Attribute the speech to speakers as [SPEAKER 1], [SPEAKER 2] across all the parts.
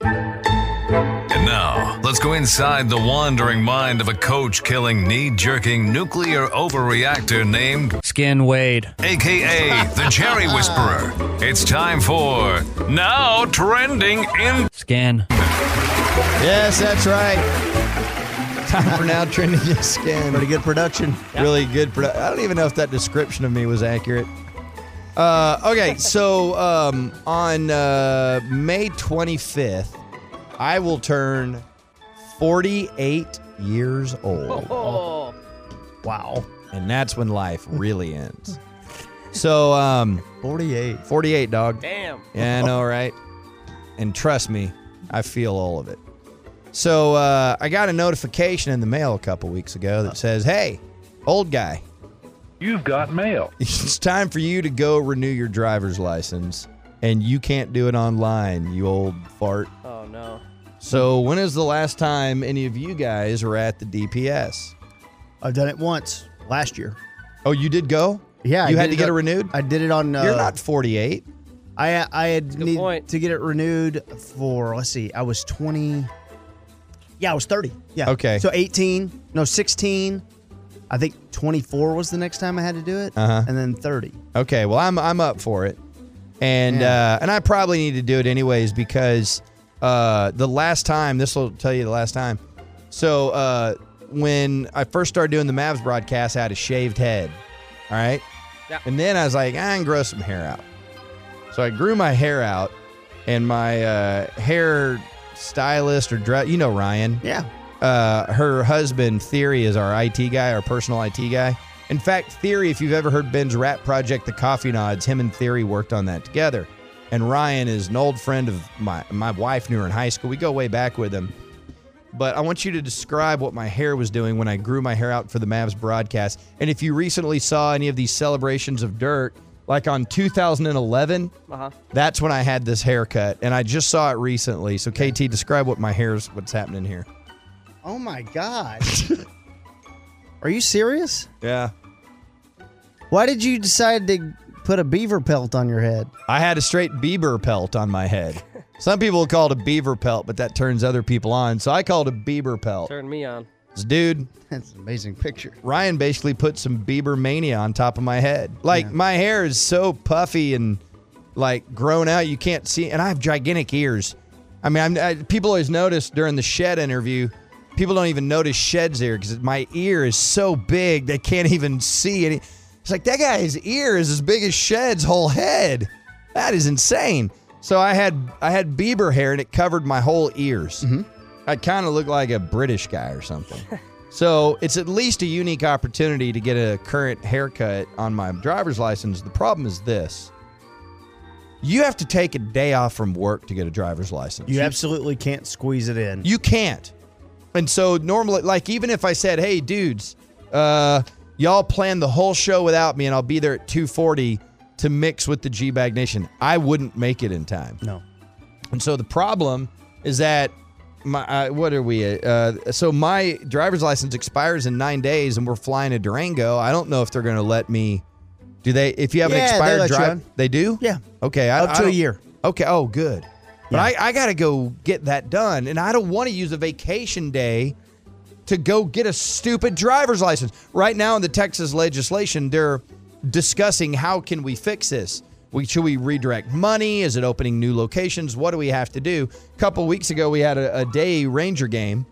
[SPEAKER 1] And now, let's go inside the wandering mind of a coach killing, knee jerking nuclear overreactor named,
[SPEAKER 2] Skin Wade.
[SPEAKER 1] aka the Jerry Whisperer. It's time for Now Trending in.
[SPEAKER 2] Skin.
[SPEAKER 3] Yes, that's right. Time for now trending your skin.
[SPEAKER 4] Pretty good production.
[SPEAKER 3] Really good. Produ- I don't even know if that description of me was accurate. Uh, okay, so um, on uh, May 25th, I will turn 48 years old.
[SPEAKER 5] Oh,
[SPEAKER 3] Wow. And that's when life really ends. So, um,
[SPEAKER 4] 48.
[SPEAKER 3] 48, dog.
[SPEAKER 5] damn.
[SPEAKER 3] Yeah, I know, right? And trust me, I feel all of it. So uh, I got a notification in the mail a couple weeks ago
[SPEAKER 5] Uh.
[SPEAKER 3] that says, "Hey, old guy,
[SPEAKER 6] You've got mail.
[SPEAKER 3] it's time for you to go renew your driver's license, and you can't do it online, you old fart."
[SPEAKER 5] Oh, no.
[SPEAKER 3] So when is the last time any of you guys were at the DPS?
[SPEAKER 4] I've done it once last year.
[SPEAKER 3] Oh, you did go?
[SPEAKER 4] Yeah, I
[SPEAKER 3] you had
[SPEAKER 4] did
[SPEAKER 3] to
[SPEAKER 4] it
[SPEAKER 3] get
[SPEAKER 4] on-
[SPEAKER 3] it renewed.
[SPEAKER 4] I did it on. Uh,
[SPEAKER 3] You're not 48.
[SPEAKER 4] I I had
[SPEAKER 5] a good
[SPEAKER 4] need
[SPEAKER 5] point.
[SPEAKER 4] to get it renewed for. Let's see. I was 20. Yeah, I was 30. Yeah.
[SPEAKER 3] Okay.
[SPEAKER 4] So 18. No, 16. I think 24 was the next time I had to do it,
[SPEAKER 3] Uh-huh.
[SPEAKER 4] and then 30.
[SPEAKER 3] Okay, well I'm I'm up for it, and uh, and I probably need to do it anyways because uh, the last time this will tell you the last time. So uh, when I first started doing the Mavs broadcast, I had a shaved head, all right,
[SPEAKER 5] Yeah.
[SPEAKER 3] and then I was like I can grow some hair out, so I grew my hair out, and my uh, hair stylist or dress, you know Ryan,
[SPEAKER 4] Yeah.
[SPEAKER 3] uh, her husband Theory is our IT guy, our personal IT guy. In fact, Theory, if you've ever heard Ben's rap project, The Coffee Nods, him and Theory worked on that together. And Ryan is an old friend of my my wife knew her in high school. We go way back with him. But I want you to describe what my hair was doing when I grew my hair out for the Mavs broadcast. And if you recently saw any of these celebrations of dirt, like on 2011,
[SPEAKER 5] Uh-huh.
[SPEAKER 3] that's when I had this haircut. And I just saw it recently. So KT, describe what my hair's what's happening here.
[SPEAKER 4] Oh my god. Are you serious?
[SPEAKER 3] Yeah.
[SPEAKER 4] Why did you decide to put a beaver pelt on your head?
[SPEAKER 3] I had a straight beaver pelt on my head. Some people call it a beaver pelt, but that turns other people on. So I call it a beaver pelt.
[SPEAKER 5] Turn me on.
[SPEAKER 3] This Dude,
[SPEAKER 4] That's an amazing picture.
[SPEAKER 3] Ryan basically put some beaver mania on top of my head. Like my hair is so puffy and like grown out, you can't see. And I have gigantic ears. I mean, I'm, I, people always notice during the shed interview, people don't even notice Shed's ear because my ear is so big they can't even see any. It's like that guy's ear is as big as Shed's whole head. That is insane. So I had I had beaver hair and it covered my whole ears. I kind of look like a British guy or something. so it's at least a unique opportunity to get a current haircut on my driver's license. The problem is this. You have to take a day off from work to get a driver's license.
[SPEAKER 4] You absolutely can't squeeze it in.
[SPEAKER 3] You can't. And so normally, like even if I said, "Hey, dudes, uh, y'all plan the whole show without me, and I'll be there at 2:40 to mix with the G Bag Nation," I wouldn't make it in time.
[SPEAKER 4] no.
[SPEAKER 3] And so the problem is that my uh, what are we? Uh, so my driver's license expires in nine days, and we're flying to Durango. I don't know if they're going to let me. Do they? If you have an
[SPEAKER 4] Yeah, they
[SPEAKER 3] expired
[SPEAKER 4] let you
[SPEAKER 3] drive,
[SPEAKER 4] on.
[SPEAKER 3] they do.
[SPEAKER 4] Yeah.
[SPEAKER 3] Okay. I,
[SPEAKER 4] Up
[SPEAKER 3] I
[SPEAKER 4] to a
[SPEAKER 3] don't-
[SPEAKER 4] year.
[SPEAKER 3] Okay. Oh, good. But
[SPEAKER 4] Yeah.
[SPEAKER 3] I, I got to go get that done, and I don't want to use a vacation day to go get a stupid driver's license. Right now in the Texas legislation, they're discussing how can we fix this. We, should we redirect money? Is it opening new locations? What do we have to do? A couple weeks ago, we had a, a day ranger game,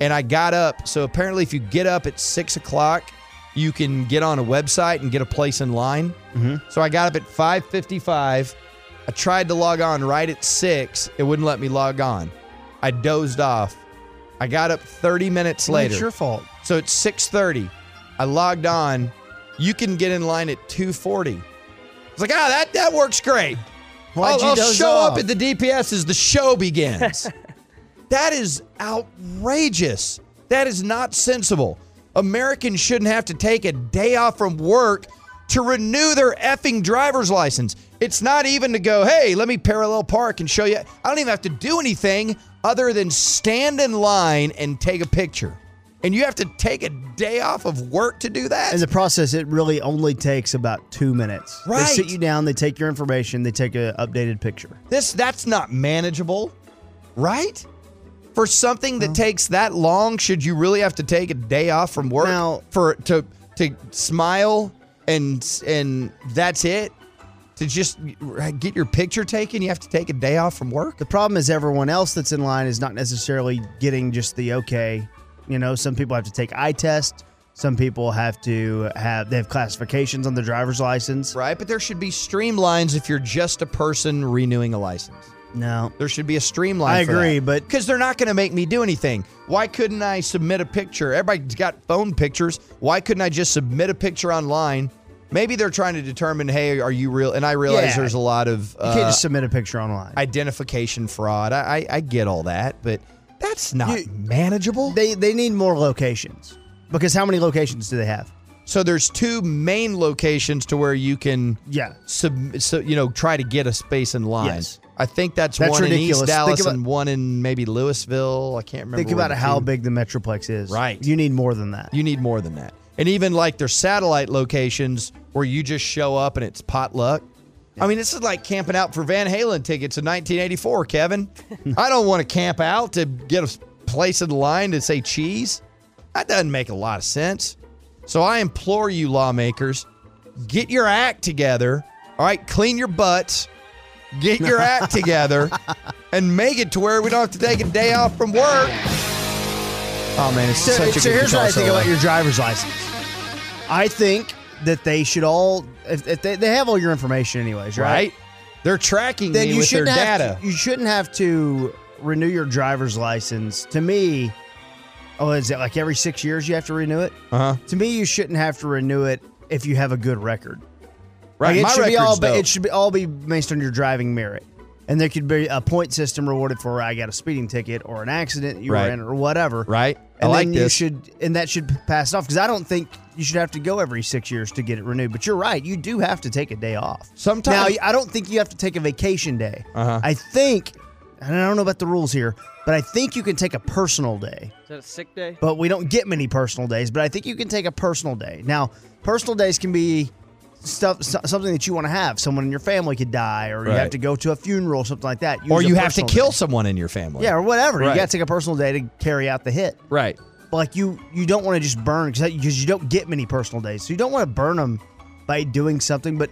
[SPEAKER 3] and I got up. So apparently, if you get up at six o'clock, you can get on a website and get a place in line.
[SPEAKER 4] Mm-hmm.
[SPEAKER 3] So I got up at five fifty-five. I tried to log on right at six. It wouldn't let me log on. I dozed off. I got up thirty minutes later.
[SPEAKER 4] It's your fault.
[SPEAKER 3] So it's 6:30. I logged on. You can get in line at 2:40. It's like, ah, that that works great.
[SPEAKER 4] Why'd
[SPEAKER 3] I'll,
[SPEAKER 4] you
[SPEAKER 3] I'll
[SPEAKER 4] doze
[SPEAKER 3] show
[SPEAKER 4] off?
[SPEAKER 3] up at the DPS as the show begins. That is outrageous. That is not sensible. Americans shouldn't have to take a day off from work to renew their effing driver's license. It's not even to go, hey, let me parallel park and show you. I don't even have to do anything other than stand in line and take a picture. And you have to take a day off of work to do that?
[SPEAKER 4] In the process, it really only takes about two minutes.
[SPEAKER 3] Right.
[SPEAKER 4] They sit you down, they take your information, they take an updated picture.
[SPEAKER 3] This that's not manageable, right? For something that takes that long, should you really have to take a day off from work
[SPEAKER 4] Now-
[SPEAKER 3] for to to smile and and that's it? To just get your picture taken, you have to take a day off from work.
[SPEAKER 4] The problem is everyone else that's in line is not necessarily getting just the okay. You know, some people have to take eye test. Some people have to have they have classifications on their driver's license.
[SPEAKER 3] Right, but there should be streamlines if you're just a person renewing a license.
[SPEAKER 4] No,
[SPEAKER 3] There should be a streamline.
[SPEAKER 4] I agree, but
[SPEAKER 3] because they're not going to make me do anything. Why couldn't I submit a picture? Everybody's got phone pictures. Why couldn't I just submit a picture online? Maybe they're trying to determine, hey, are you real? And I realize
[SPEAKER 4] Yeah.
[SPEAKER 3] there's a lot of
[SPEAKER 4] you can't
[SPEAKER 3] uh,
[SPEAKER 4] just submit a picture online.
[SPEAKER 3] identification fraud. I, I I get all that, but that's not manageable.
[SPEAKER 4] they they need more locations because how many locations do they have?
[SPEAKER 3] so there's two main locations to where you can
[SPEAKER 4] Yeah,
[SPEAKER 3] sub, so, you know, try to get a space in line.
[SPEAKER 4] Yes.
[SPEAKER 3] I think that's,
[SPEAKER 4] That's
[SPEAKER 3] one in East
[SPEAKER 4] ridiculous. Think
[SPEAKER 3] Dallas
[SPEAKER 4] about-
[SPEAKER 3] and one in maybe Louisville. I can't remember.
[SPEAKER 4] think
[SPEAKER 3] where
[SPEAKER 4] about
[SPEAKER 3] the
[SPEAKER 4] how
[SPEAKER 3] two-
[SPEAKER 4] big the metroplex is.
[SPEAKER 3] Right.
[SPEAKER 4] you need more than that.
[SPEAKER 3] You need more than that. And even like their satellite locations where you just show up and it's potluck. I mean, this is like camping out for Van Halen tickets in 1984, Kevin. I don't want to camp out to get a place in line to say cheese. That doesn't make a lot of sense. So I implore you, lawmakers, get your act together. All right, clean your butts, get your act together, and make it to where we don't have to take a day off from work. Oh man, it's
[SPEAKER 4] So,
[SPEAKER 3] such a
[SPEAKER 4] so
[SPEAKER 3] good
[SPEAKER 4] here's
[SPEAKER 3] guitar
[SPEAKER 4] what I think
[SPEAKER 3] solo.
[SPEAKER 4] about your driver's license. I think that they should all, if, if they, they have all your information anyways, right?
[SPEAKER 3] right? They're tracking
[SPEAKER 4] Then
[SPEAKER 3] me
[SPEAKER 4] you
[SPEAKER 3] with their
[SPEAKER 4] shouldn't have
[SPEAKER 3] data.
[SPEAKER 4] To, you shouldn't have to renew your driver's license. To me, oh, is it like every six years you have to renew it?
[SPEAKER 3] Uh-huh.
[SPEAKER 4] To me, you shouldn't have to renew it if you have a good record.
[SPEAKER 3] Right,
[SPEAKER 4] Like, it
[SPEAKER 3] my
[SPEAKER 4] should be
[SPEAKER 3] record's
[SPEAKER 4] all, ba-
[SPEAKER 3] dope.
[SPEAKER 4] it should be all be based on your driving merit, and there could be a point system rewarded for I got a speeding ticket or an accident you
[SPEAKER 3] Right.
[SPEAKER 4] were in or whatever.
[SPEAKER 3] right? I
[SPEAKER 4] And
[SPEAKER 3] like
[SPEAKER 4] then
[SPEAKER 3] this.
[SPEAKER 4] you should, and that should pass it off because I don't think you should have to go every six years to get it renewed. But you're right, you do have to take a day off.
[SPEAKER 3] Sometime-
[SPEAKER 4] now, I don't think you have to take a vacation day.
[SPEAKER 3] Uh-huh.
[SPEAKER 4] I think, and I don't know about the rules here, but I think you can take a personal day.
[SPEAKER 2] Is that a sick day?
[SPEAKER 4] But we don't get many personal days. But I think you can take a personal day. Now, personal days can be stuff so- something that you want to have. Someone in your family could die, or you
[SPEAKER 3] Right.
[SPEAKER 4] have to go to a funeral, something like that.
[SPEAKER 3] or
[SPEAKER 4] Use
[SPEAKER 3] you
[SPEAKER 4] a
[SPEAKER 3] have to
[SPEAKER 4] personal
[SPEAKER 3] kill
[SPEAKER 4] day.
[SPEAKER 3] someone in your family.
[SPEAKER 4] Yeah, or whatever.
[SPEAKER 3] Right.
[SPEAKER 4] You got to take a personal day to carry out the hit
[SPEAKER 3] right.
[SPEAKER 4] but like you you don't want to just burn because you don't get many personal days so you don't want to burn them by doing something but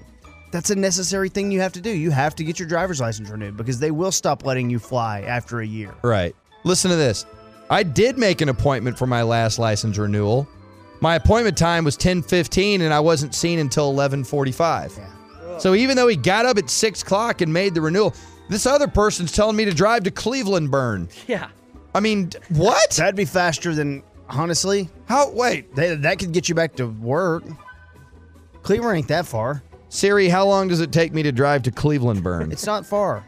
[SPEAKER 4] that's a necessary thing you have to do you have to get your driver's license renewed because they will stop letting you fly after a year
[SPEAKER 3] Right. Listen to this. I did make an appointment for my last license renewal. My appointment time was 10:15 and I wasn't seen until 11:45. So even though he got up at 6 o'clock and made the renewal, this other person's telling me to drive to Cleveland burn.
[SPEAKER 2] Yeah.
[SPEAKER 3] I mean, d- what?
[SPEAKER 4] that'd be faster than honestly
[SPEAKER 3] How wait.
[SPEAKER 4] they, that could get you back to work cleveland ain't that far
[SPEAKER 3] Siri, how long does it take me to drive to Cleveland burn?
[SPEAKER 4] it's not far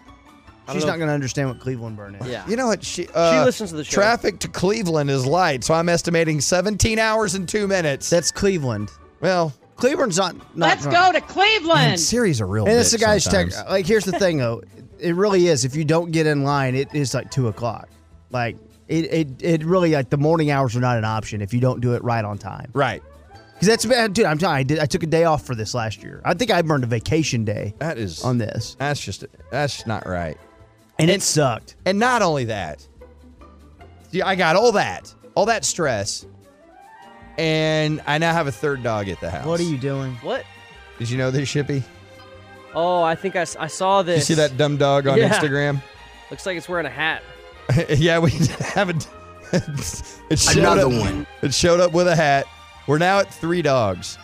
[SPEAKER 2] don't
[SPEAKER 4] she's
[SPEAKER 2] know
[SPEAKER 4] not going to understand what cleveland burn is
[SPEAKER 2] Yeah.
[SPEAKER 3] You know what? She, uh,
[SPEAKER 2] listens to the show.
[SPEAKER 3] Traffic to Cleveland is light, so I'm estimating 17 hours and two minutes.
[SPEAKER 4] that's cleveland
[SPEAKER 3] well,
[SPEAKER 4] cleveland's not, not
[SPEAKER 5] Let's
[SPEAKER 4] not-
[SPEAKER 5] go to Cleveland.
[SPEAKER 3] Siri's a real.
[SPEAKER 4] And it's the guy's
[SPEAKER 3] tech.
[SPEAKER 4] tech. Like, here's the thing, though. It really is. If you don't get in line, it is like two o'clock. Like, it, it, it really, like, the morning hours are not an option if you don't do it right on time.
[SPEAKER 3] Right.
[SPEAKER 4] Because that's bad, dude. I'm telling you, I, did, I took a day off for this last year. I think I burned a vacation day
[SPEAKER 3] That is.
[SPEAKER 4] on this,
[SPEAKER 3] that's just. That's not right.
[SPEAKER 4] and it sucked.
[SPEAKER 3] And not only that, yeah, I got all that, all that stress, and I now have a third dog at the house.
[SPEAKER 4] What are you doing?
[SPEAKER 2] What?
[SPEAKER 3] Did you know this, Shippy?
[SPEAKER 2] Oh, I think I, s- I saw
[SPEAKER 3] Did you
[SPEAKER 2] this.
[SPEAKER 3] see that dumb dog on
[SPEAKER 2] Yeah.
[SPEAKER 3] Instagram?
[SPEAKER 2] Looks like it's wearing a hat.
[SPEAKER 3] yeah, we haven't. it showed
[SPEAKER 7] Another
[SPEAKER 3] up-
[SPEAKER 7] one.
[SPEAKER 3] It showed up with a hat. We're now at three dogs.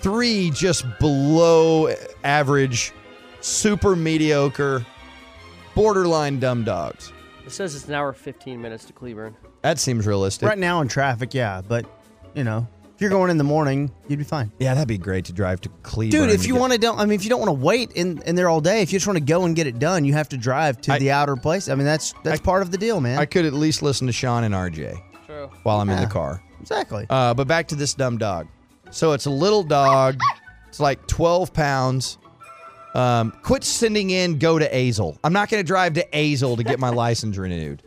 [SPEAKER 3] three just below average, super mediocre, borderline dumb dogs.
[SPEAKER 2] It says it's an hour 15 minutes to Cleburne.
[SPEAKER 3] That seems realistic.
[SPEAKER 4] Right now in traffic, yeah, but, you know, If you're going in the morning, you'd be fine.
[SPEAKER 3] Yeah, that'd be great to drive to Cleveland.
[SPEAKER 4] Dude, if you want to don't I mean if you don't want to wait in, in there all day, if you just want to go and get it done, you have to drive to
[SPEAKER 3] I-
[SPEAKER 4] the outer place. I mean that's that's part of the deal, man.
[SPEAKER 3] I could at least listen to Sean and RJ
[SPEAKER 2] True.
[SPEAKER 3] while I'm in the
[SPEAKER 4] Yeah.
[SPEAKER 3] car.
[SPEAKER 4] exactly.
[SPEAKER 3] Uh, but back to this dumb dog. So it's a little dog. It's like 12 pounds. Um, quit sending in go to Azel. I'm not going to drive to Azel to get my license renewed.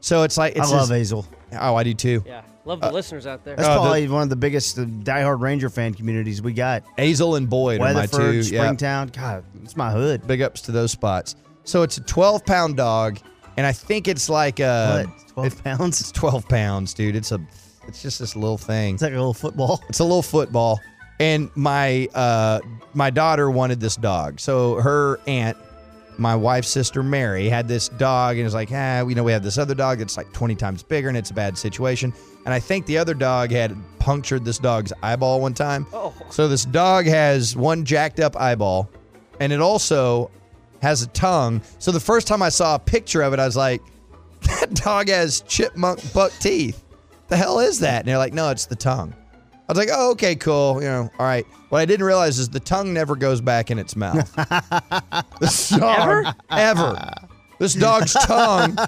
[SPEAKER 3] So it's like it's
[SPEAKER 4] I love
[SPEAKER 3] this-
[SPEAKER 4] Hazel.
[SPEAKER 3] Oh, I do too.
[SPEAKER 2] Yeah. Love the listeners out there.
[SPEAKER 4] That's
[SPEAKER 3] Uh, the-
[SPEAKER 4] probably one of the biggest uh, diehard Ranger fan communities we got.
[SPEAKER 3] Azel and Boyd are my two.
[SPEAKER 4] Weatherford,
[SPEAKER 3] yeah.
[SPEAKER 4] Springtown. God, it's my hood.
[SPEAKER 3] Big ups to those spots. So it's a 12 pound dog, and I think it's like a
[SPEAKER 4] what? Twelve pounds?
[SPEAKER 3] it's 12 pounds, dude. It's a it's just this little thing.
[SPEAKER 4] It's like a little football.
[SPEAKER 3] It's a little football. And my uh, my daughter wanted this dog. So her aunt, my wife's sister Mary, had this dog and is like, ah, you know, we have this other dog that's like 20 times bigger and it's a bad situation. And I think the other dog had punctured this dog's eyeball one time.
[SPEAKER 2] Oh.
[SPEAKER 3] So this dog has one jacked up eyeball and it also has a tongue. So the first time I saw a picture of it, I was like, that dog has chipmunk buck teeth. The hell is that? And they're like, no, it's the tongue. I was like, oh, okay, cool. You know, all right. What I didn't realize is the tongue never goes back in its mouth. this dog, ever? This dog's tongue.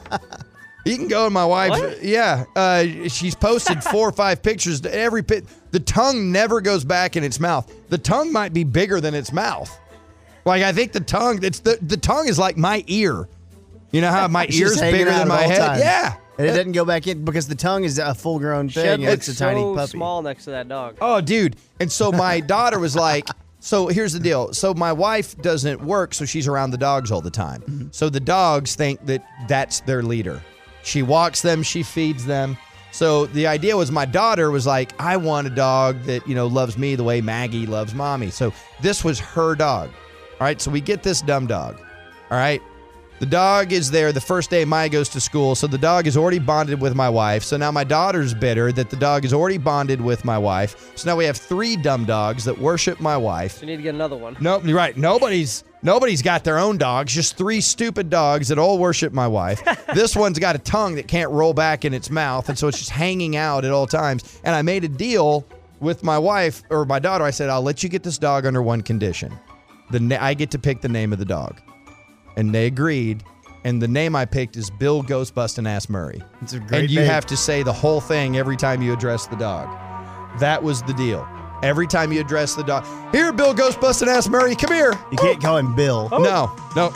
[SPEAKER 3] You can go in my wife's.
[SPEAKER 2] What?
[SPEAKER 3] Yeah. Uh, she's posted four or five pictures. To every pit. The tongue never goes back in its mouth. The tongue might be bigger than its mouth. Like, I think the tongue, it's the, the tongue is like my ear. You know how my
[SPEAKER 4] It's just
[SPEAKER 3] ear's
[SPEAKER 4] hanging
[SPEAKER 3] bigger
[SPEAKER 4] out
[SPEAKER 3] than
[SPEAKER 4] at
[SPEAKER 3] my
[SPEAKER 4] all
[SPEAKER 3] head?
[SPEAKER 4] times.
[SPEAKER 3] Yeah.
[SPEAKER 4] And it doesn't go back in because the tongue is a full grown
[SPEAKER 2] Shed
[SPEAKER 4] thing. and
[SPEAKER 2] looks
[SPEAKER 4] It's a tiny
[SPEAKER 2] so
[SPEAKER 4] puppy.
[SPEAKER 2] small next to that dog.
[SPEAKER 3] Oh, dude. And so my daughter was like, so here's the deal. So my wife doesn't work, so she's around the dogs all the time. So the dogs think that that's their leader. She walks them, she feeds them. So the idea was my daughter was like, I want a dog that, you know, loves me the way Maggie loves mommy. So this was her dog. All right. So we get this dumb dog. All right. The dog is there the first day Maya goes to school, so the dog is already bonded with my wife. So now my daughter's bitter that the dog is already bonded with my wife. So now we have three dumb dogs that worship my wife.
[SPEAKER 2] So you need to get another one.
[SPEAKER 3] Nope, you're right. Nobody's nobody's got their own dogs. Just three stupid dogs that all worship my wife. this one's got a tongue that can't roll back in its mouth, and so it's just hanging out at all times. And I made a deal with my wife or my daughter. I said, "I'll let you get this dog under one condition. The na- I get to pick the name of the dog." And they agreed. And the name I picked is Bill Ghostbustin' Ass Murray.
[SPEAKER 4] It's a great
[SPEAKER 3] And you
[SPEAKER 4] name.
[SPEAKER 3] have to say the whole thing every time you address the dog. That was the deal. Every time you address the dog, here, Bill Ghostbustin' Ass Murray, come here.
[SPEAKER 4] You can't call him Bill.
[SPEAKER 3] No, no.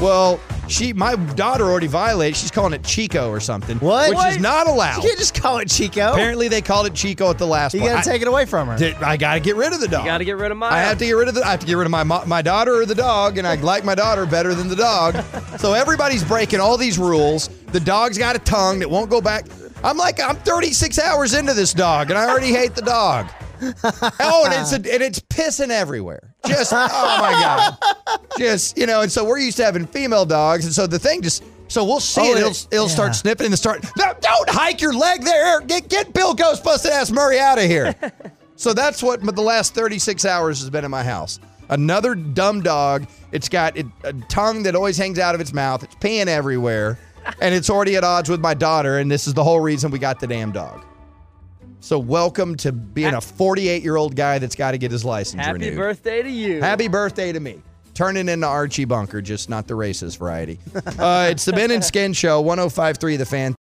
[SPEAKER 3] Well, she, my daughter already violated. She's calling it Chico or something.
[SPEAKER 4] What?
[SPEAKER 3] Which is
[SPEAKER 4] What?
[SPEAKER 3] not allowed.
[SPEAKER 4] You can't just call it Chico.
[SPEAKER 3] Apparently, they called it Chico at the last.
[SPEAKER 4] you
[SPEAKER 3] one.
[SPEAKER 4] gotta
[SPEAKER 3] I-
[SPEAKER 4] take it away from her.
[SPEAKER 3] Did- I gotta get rid of the dog.
[SPEAKER 2] gotta get rid of Maya.
[SPEAKER 3] I have to get rid of the. I have to get rid of my mo- my daughter or the dog, and I like my daughter better than the dog. so everybody's breaking all these rules. The dog's got a tongue that won't go back. I'm like I'm 36 hours into this dog, and I already hate the dog. Oh, and it's a, and it's pissing everywhere. Just oh my god. Just you know, and so we're used to having female dogs, and so the thing just. So we'll see
[SPEAKER 4] Oh,
[SPEAKER 3] it.
[SPEAKER 4] it-
[SPEAKER 3] It'll, it'll
[SPEAKER 4] yeah.
[SPEAKER 3] start snipping and start. No, don't hike your leg there. Get get Bill Ghostbusted ass Murray out of here. So that's what the last 36 hours has been in my house. Another dumb dog. It's got it, a tongue that always hangs out of its mouth. It's peeing everywhere. And it's already at odds with my daughter. And this is the whole reason we got the damn dog. So welcome to being a 48 year old guy that's got to get his license
[SPEAKER 2] Happy
[SPEAKER 3] renewed.
[SPEAKER 2] birthday to you.
[SPEAKER 3] Happy birthday to me. Turning into Archie Bunker, just not the racist variety. Uh, it's the Ben and Skin Show, 1053 The Fan.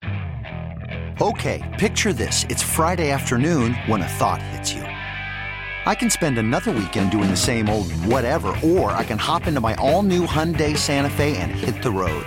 [SPEAKER 7] Okay, picture this. It's Friday afternoon when a thought hits you. I can spend another weekend doing the same old whatever, or I can hop into my all new Hyundai Santa Fe and hit the road.